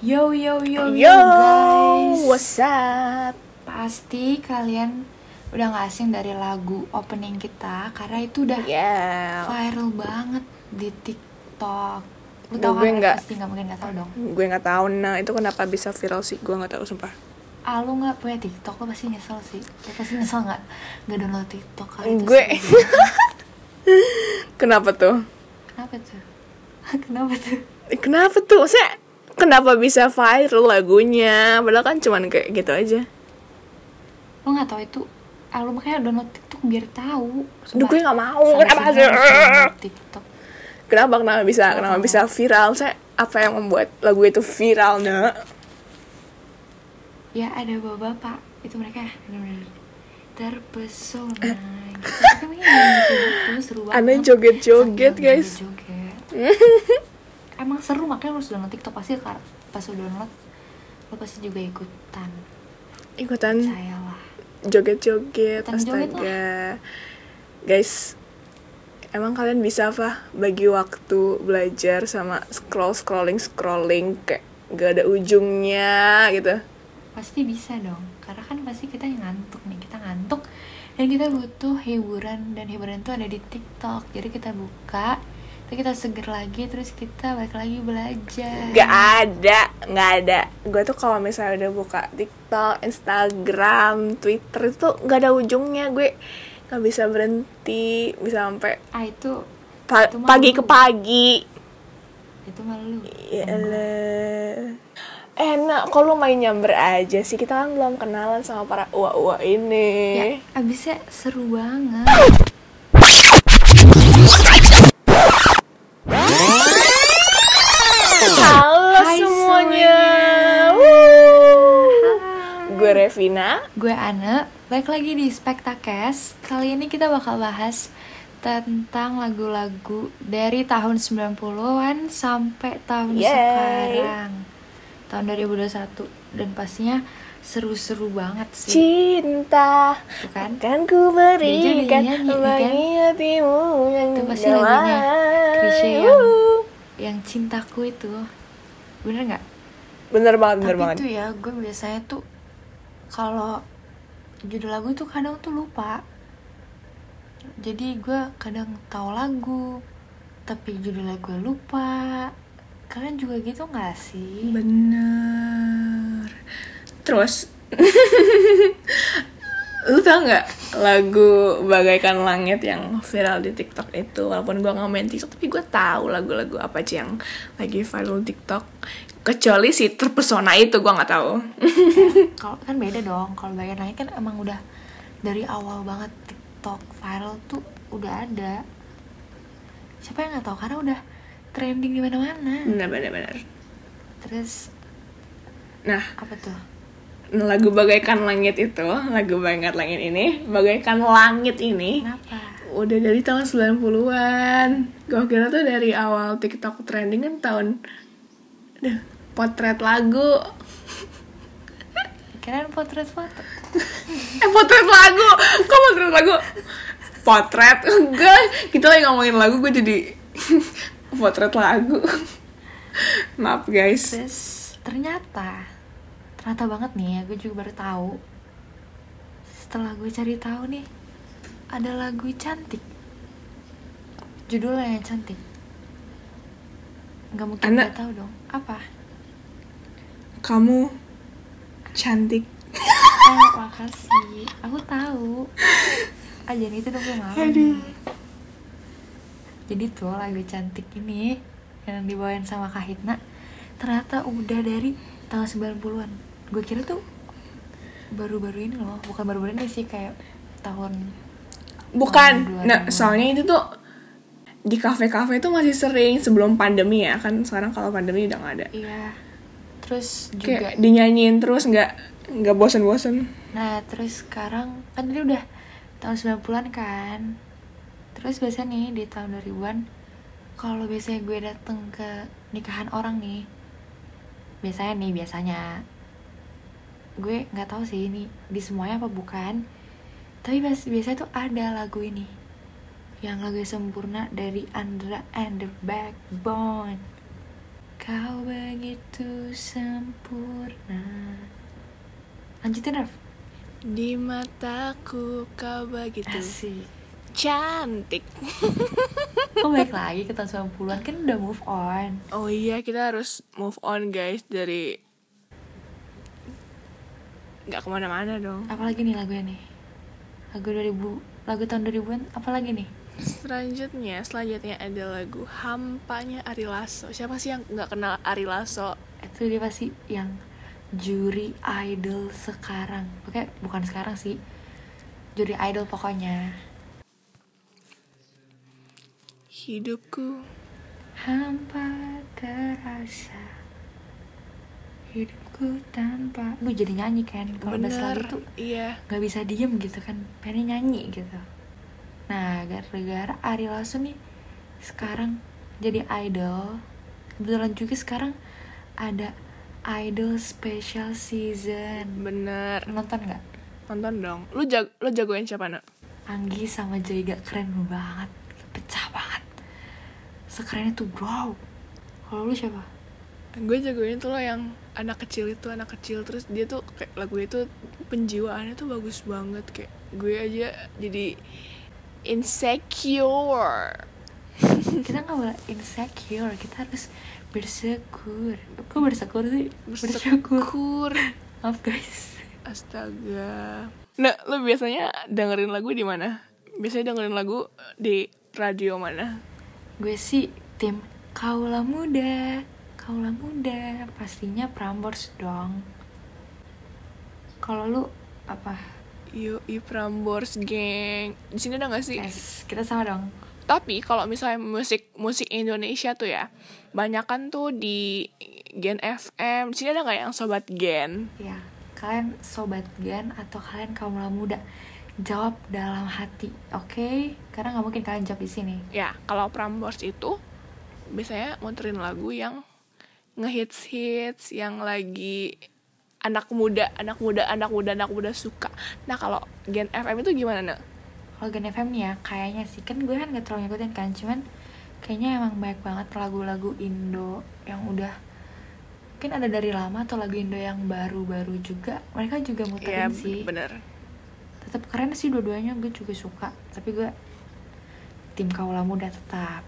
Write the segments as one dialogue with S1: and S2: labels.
S1: Yo yo yo
S2: Yo,
S1: guys.
S2: what's up?
S1: Pasti kalian udah gak asing dari lagu opening kita karena itu udah
S2: Iya. Yeah.
S1: viral banget di TikTok. Lu
S2: Gue
S1: tau kan
S2: nggak.
S1: pasti nggak mungkin nggak tau dong.
S2: Gue nggak tahu nah itu kenapa bisa viral sih, gue nggak tahu sumpah.
S1: Ah lu nggak punya TikTok lu pasti nyesel sih. Lu pasti nyesel nggak nggak download TikTok
S2: Oh,
S1: kali itu.
S2: Gue.
S1: seru banget.
S2: Kenapa tuh?
S1: Kenapa tuh? Kenapa tuh?
S2: Eh, Kenapa tuh? Saya kenapa bisa viral lagunya? Padahal kan cuman kayak gitu aja.
S1: Lu nggak tahu itu? Ah lu makanya download TikTok biar tahu.
S2: Duh, gue nggak mau.
S1: Sampai
S2: Kenapa
S1: sekarang
S2: sih?
S1: masih download TikTok.
S2: Kenapa kenapa bisa kenapa bisa viral? Saya apa yang membuat lagu itu viral, Nak?
S1: ya ada bapak-bapak itu mereka benar-benar terpesona gitu. Tapi emang iya gitu, gitu, seru banget
S2: Eh. Aneh joget-joget,
S1: Sambil
S2: guys.
S1: joget-joget. emang seru makanya harus download tiktok pasti kar- pas lu download lo pasti juga ikutan
S2: Hmm. Ikutan
S1: saya lah
S2: joget-joget,
S1: Ikutan joget
S2: astaga. Guys, emang kalian bisa apa bagi waktu belajar sama scroll scrolling scrolling kayak gak ada ujungnya gitu.
S1: pasti bisa dong karena kan pasti kita yang ngantuk nih kita ngantuk dan kita butuh hiburan dan hiburan itu ada di tiktok jadi kita buka terus kita seger lagi terus kita balik lagi belajar
S2: Gak ada, gak ada. Gue tuh kalau misalnya udah buka TikTok, Instagram, Twitter itu gak ada ujungnya. Gue gak bisa berhenti, bisa sampai
S1: ah itu
S2: pa-
S1: Itu mah
S2: pagi
S1: lu.
S2: ke pagi.
S1: itu malu
S2: Ya elah. Enak, eh, kok lu main nyamber aja sih? Kita kan belum kenalan sama para uwa-uwa
S1: Ya,
S2: ini.
S1: abisnya seru banget.
S2: Halo
S1: Hai
S2: semuanya.
S1: semuanya.
S2: Wuh. Gue Revina.
S1: Gue Ana, balik lagi di Spektakes. Kali ini kita bakal bahas tentang lagu-lagu dari tahun 90-an sampai tahun
S2: Yeay.
S1: sekarang. Tahun 2021 dan pastinya seru-seru banget sih,
S2: Cinta
S1: tuh kan?
S2: Kan ku berikan
S1: Dia juga nyanyi, ya kan?
S2: bagi hatimu yang
S1: Itu pasti lagunya ya.
S2: damai.
S1: Chrisye yang-
S2: Wuh.
S1: Yang cintaku itu. Bener nggak?
S2: Bener banget, bener
S1: Tapi
S2: banget
S1: tuh ya, gue biasanya tuh kalau judul lagu tuh kadang tuh lupa. Jadi gue kadang tahu lagu, tapi judulnya gue lupa. Kalian juga gitu nggak sih?
S2: Bener Terus Lu tau gak lagu Bagaikan Langit yang viral di TikTok itu Walaupun gua gak main TikTok Tapi gue tahu lagu-lagu apa aja yang lagi viral di TikTok Kecuali si Terpesona itu gua gak tahu
S1: Kalau kan beda dong. Kalau bagian lain kan emang udah dari awal banget TikTok viral tuh udah ada. Siapa yang nggak tahu? Karena udah trending di
S2: Hmm.
S1: mana-mana.
S2: Bener-bener
S1: Terus
S2: Nah
S1: apa tuh?
S2: lagu Bagaikan Langit itu Lagu Bagaikan Langit ini Bagaikan Langit ini
S1: Kenapa?
S2: Udah dari tahun 90-an. Gue kira tuh dari awal TikTok trending kan tahun Duh, potret lagu.
S1: Kalian potret foto?
S2: Eh, potret lagu. Kok potret lagu? Potret. Enggak, kita lagi ngomongin lagu gue jadi potret lagu. Maaf guys.
S1: Terus ternyata ternyata banget nih ya, gue juga baru tahu. Setelah gue cari tahu nih, ada lagu cantik. Judulnya yang cantik. Gak mungkin
S2: Anak.
S1: gak tahu dong. Apa?
S2: Kamu cantik.
S1: Oh, makasih. Aku tahu. Aja itu dong gue malu.
S2: Aduh.
S1: Jadi tuh lagu cantik ini yang dibawain sama Kak Hitna ternyata udah dari tahun 90-an. Gue kira tuh baru-baru ini loh, bukan baru-baru ini sih kayak tahun
S2: Bukan.
S1: Tahun
S2: Nah,
S1: 2000-an.
S2: soalnya itu tuh di kafe-kafe itu masih sering sebelum pandemi ya kan sekarang kalau pandemi udah nggak ada
S1: iya. Terus juga
S2: kayak dinyanyiin terus nggak nggak bosen-bosen
S1: Nah, terus sekarang kan tadi udah tahun 90-an kan. Terus biasa nih di tahun 2000-an kalau biasanya gue dateng ke nikahan orang nih. Biasanya nih, biasanya gue nggak tahu sih ini di semuanya apa bukan. Tapi bias- biasanya tuh ada lagu ini. Yang lagu sempurna dari Andra and the Backbone. Kau begitu sempurna Lanjutin Raff
S2: Di mataku kau begitu
S1: Asik
S2: cantik.
S1: Kok balik lagi ke tahun 90an Kan udah move on
S2: Oh iya, kita harus move on guys dari nggak kemana-mana dong.
S1: Apalagi nih lagunya nih Lagu 2000 Lagu tahun 2000an Apalagi nih
S2: Selanjutnya, selanjutnya ada lagu Hampanya Ari Lasso. Siapa sih yang nggak kenal Ari Lasso?
S1: Itu dia pasti yang Juri idol sekarang Oke bukan sekarang sih Juri idol pokoknya
S2: Hidupku
S1: Hampa terasa Hidupku tanpa Lu jadi nyanyi kan Kalau udah
S2: bener.
S1: selalu tuh
S2: Iya.
S1: nggak bisa diem gitu kan pengen nyanyi gitu nah gara-gara Ari Lasso nih sekarang jadi idol kebetulan juga sekarang ada idol special season
S2: Bener.
S1: nonton nggak
S2: Nonton dong. Lu jag lu jagoin siapa, Nak?
S1: Anggi sama Joyga keren banget pecah banget sekeren itu bro kalau lu siapa
S2: Gue jagoin tuh lo yang anak kecil itu, anak kecil terus dia tuh kayak lagu itu penjiwaannya tuh bagus banget kayak gue aja jadi insecure.
S1: kita nggak boleh insecure kita harus bersyukur kok bersyukur sih bersyukur
S2: Bersyukur.
S1: maaf guys
S2: Astaga. Nah, lo biasanya dengerin lagu di mana? Biasanya dengerin lagu di radio mana?
S1: Gue sih tim Kaulah Muda Kaulah Muda Pastinya Prambors dong Kalau lu apa?
S2: Yoi Prambors geng. Di sini ada gak sih?
S1: Yes, kita sama dong
S2: Tapi kalau misalnya musik musik Indonesia tuh ya, banyakan tuh di Gen FM. Di sini ada nggak yang sobat Gen?
S1: Ya, kalian sobat gen atau kalian kaulah muda Jawab dalam hati, oke? Karena nggak mungkin kalian jawab di sini
S2: Ya, kalau Prambors itu biasanya muterin lagu yang ngehits hits yang lagi anak muda, anak muda, anak muda, anak muda suka. Nah, kalau Gen FM itu gimana, Nek?
S1: Kalau Gen FM nih ya, kayaknya sih Kan gue kan gak terlalu ngikutin kan Cuman kayaknya emang banyak banget lagu-lagu Indo yang udah Mungkin ada dari lama atau lagu Indo yang baru-baru juga Mereka juga
S2: Iya,
S1: muterin sih
S2: bener.
S1: Tetap keren sih dua-duanya, gue juga suka Tapi gue tim kaulah muda tetap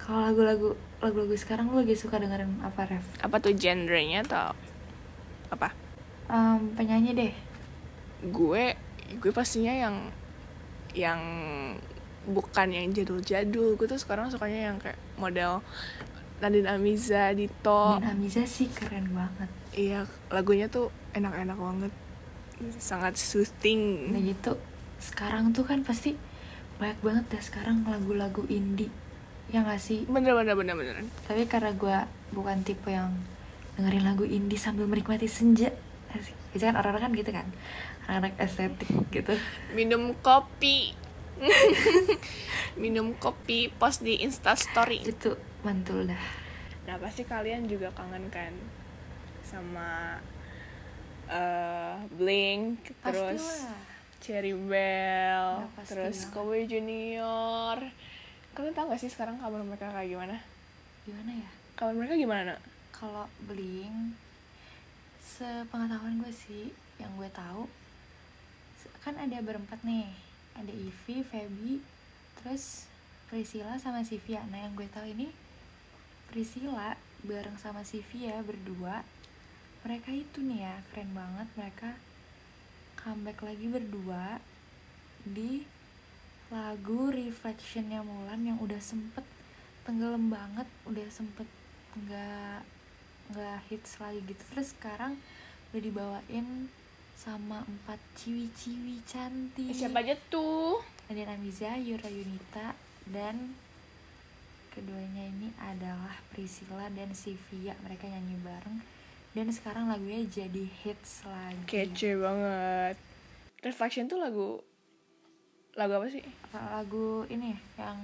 S1: Kalau lagu-lagu lagu-lagu sekarang lu lagi suka dengerin apa ref?
S2: Apa tuh genrenya atau apa?
S1: Em, penyanyi deh
S2: gue gue pastinya yang yang bukan yang jadul-jadul gue tuh sekarang sukanya yang kayak model Nadine Amiza, Dito
S1: Dan Amiza sih keren banget
S2: iya lagunya tuh enak-enak banget sangat soothing
S1: Nah gitu Sekarang tuh kan pasti Banyak banget dah sekarang lagu-lagu indie Ya gak sih?
S2: bener bener bener bener
S1: Tapi karena gue bukan tipe yang Dengerin lagu indie sambil menikmati senja Asik. Biasanya kan orang-orang kan gitu kan Anak-anak estetik gitu
S2: minum kopi minum kopi post di Insta Story
S1: Itu mantul dah
S2: nah pasti kalian juga kangen kan sama eh Blink
S1: Pastilah.
S2: terus Cherry Bell,
S1: Udah pasti
S2: terus
S1: lah.
S2: Cowboy Junior. Kalian tau gak sih sekarang kabar mereka kayak gimana?
S1: Gimana ya?
S2: Kabar mereka gimana, Nak?
S1: Kalau bling Sepengetahuan gue sih Yang gue tahu se- Kan ada berempat nih Ada Ivy, Feby Terus Priscilla sama Sivia Nah yang gue tahu ini Priscilla bareng sama Sivia berdua Mereka itu nih ya Keren banget mereka Comeback lagi berdua Di lagu Reflectionnya Mulan Yang udah sempet tenggelam banget Udah sempet nggak nggak hits lagi gitu terus sekarang udah dibawain sama empat ciwi-ciwi cantik
S2: Siapa aja tuh?
S1: Nadine Amiza, Yura Yunita, dan keduanya ini adalah Priscilla dan Sivia. Mereka nyanyi bareng dan sekarang lagunya jadi hits lagi.
S2: Kece banget. Reflection tuh lagu lagu apa sih?
S1: Apa Eh, Lagu ini yang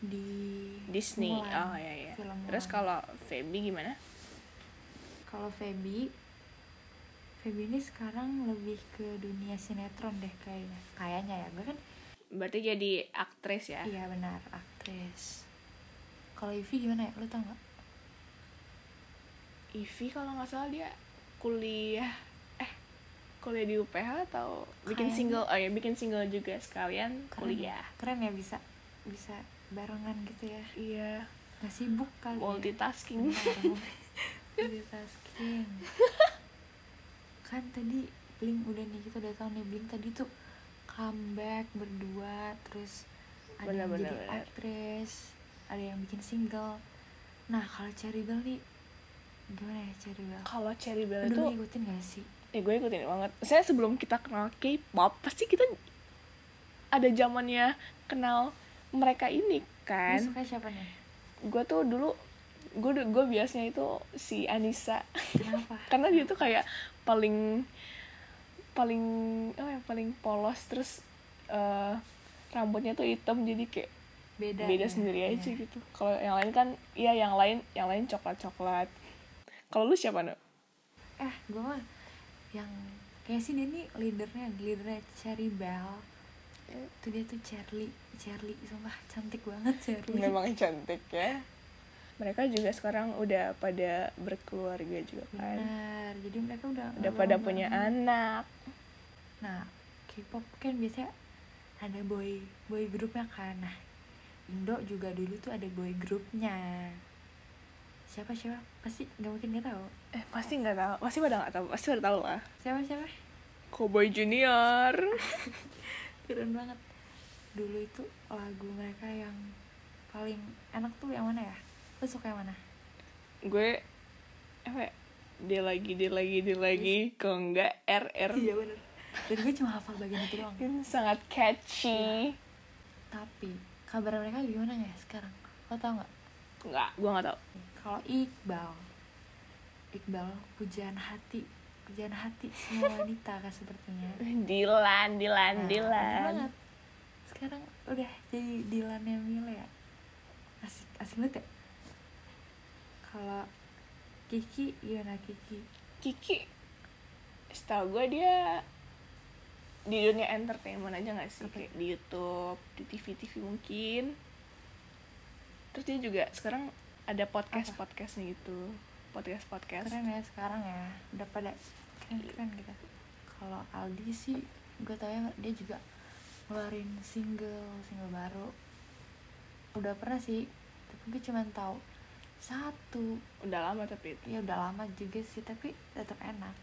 S1: di
S2: Disney.
S1: Mulan,
S2: Oh iya iya.
S1: film
S2: Terus
S1: Mulan.
S2: kalau Feby gimana?
S1: kalau Feby Feby ini sekarang lebih ke dunia sinetron deh kayaknya. Kayaknya ya, gue kan
S2: Berarti jadi aktris ya?
S1: iya benar aktris. Kalau Ivy gimana ya? Lu tau gak?
S2: Ivi kalau nggak salah dia kuliah eh kuliah di UPH atau
S1: Kayaknya.
S2: bikin single oh ya bikin single juga sekalian
S1: Keren.
S2: kuliah
S1: Keren ya bisa bisa barengan gitu ya.
S2: iya
S1: Gak sibuk kali. ya.
S2: multitasking
S1: multitasking kan tadi Blink udah nih kita udah tahu nih Blink tadi tuh comeback berdua terus ada yang
S2: Benar-benar,
S1: jadi
S2: benar.
S1: aktris ada yang bikin single nah kalau Cherry Bell nih gimana ya Cherry Bell
S2: kalau Cherry Bell
S1: udah
S2: itu
S1: lu ngikutin gak sih
S2: eh gue ikutin banget saya sebelum kita kenal K-pop pasti kita ada zamannya kenal mereka ini
S1: lu
S2: kan
S1: suka siapa nih
S2: gue tuh dulu gue gue biasanya itu si Anissa
S1: kenapa
S2: karena dia tuh kayak paling paling apa ya, paling polos terus eh, rambutnya tuh hitam jadi kayak
S1: beda
S2: beda
S1: ya?
S2: sendiri
S1: Iya.
S2: aja gitu kalau yang lain kan iya yang lain yang lain coklat coklat kalau lu siapa no
S1: eh gue mah yang kayak sih dia nih leadernya leadernya Cherry Bell
S2: Eh.
S1: tuh dia tuh Cherly Cherly sumpah cantik banget Cherly
S2: memang cantik ya mereka juga sekarang udah pada berkeluarga juga kan
S1: benar jadi mereka udah
S2: udah pada punya
S1: anak
S2: anak
S1: nah K-pop kan biasanya ada boy boy grupnya kan nah Indo juga dulu tuh ada boy grupnya siapa siapa pasti nggak mungkin nggak tahu
S2: eh pasti nggak tahu pasti pada nggak tahu pasti pada tahu lah
S1: siapa siapa
S2: Cowboy Junior
S1: keren banget dulu itu lagu mereka yang paling enak tuh yang mana ya lo suka yang mana
S2: gue apa ya? dia lagi dia lagi dia lagi kalau enggak RR
S1: iya bener dan gue cuma hafal bagian itu doang
S2: Ini sangat catchy
S1: tapi kabar mereka gimana ya sekarang lo tau nggak
S2: nggak gue nggak tahu
S1: kalau Iqbal Iqbal pujaan hati pujaan hati semua wanita kan sepertinya
S2: Dilan Dilan
S1: Nah, bener
S2: Dilan
S1: banget. sekarang udah jadi Dilannya Mila ya asik asik banget ya kalau Kiki gimana Kiki
S2: Kiki setahu gue dia di dunia entertainment aja nggak sih
S1: Oke.
S2: kayak di YouTube di TV TV mungkin terus dia juga sekarang ada podcast podcast nih gitu podcast podcast
S1: keren ya sekarang ya udah pada keren keren gitu kalau Aldi sih gue tau ya dia juga ngeluarin single single baru udah pernah sih tapi gue cuma tahu satu
S2: udah lama tapi
S1: ya
S2: itu
S1: udah lama juga sih tapi tetap enak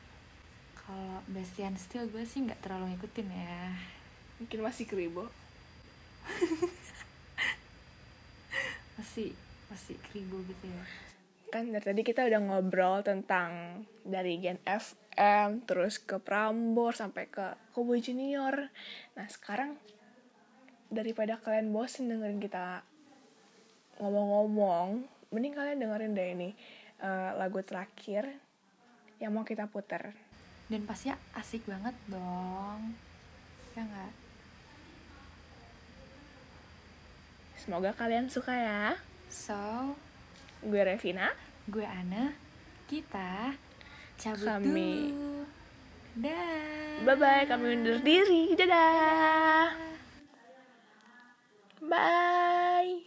S1: kalau Bastian Steel gue sih nggak terlalu ngikutin ya
S2: mungkin masih keribo
S1: masih masih kribo gitu ya
S2: kan dari tadi kita udah ngobrol tentang dari Gen FM terus ke Prambor sampai ke Cowboy Junior. Nah sekarang daripada kalian bosen dengerin kita ngomong-ngomong, mending kalian dengerin deh ini eh, lagu terakhir yang mau kita puter.
S1: dan pasti asik banget dong ya nggak
S2: Semoga kalian suka ya.
S1: so
S2: Gue Revina.
S1: gue Ana, kita cabut
S2: Kami.
S1: dulu. Dah.
S2: Bye bye. Kami undur diri. Dadah. Bye.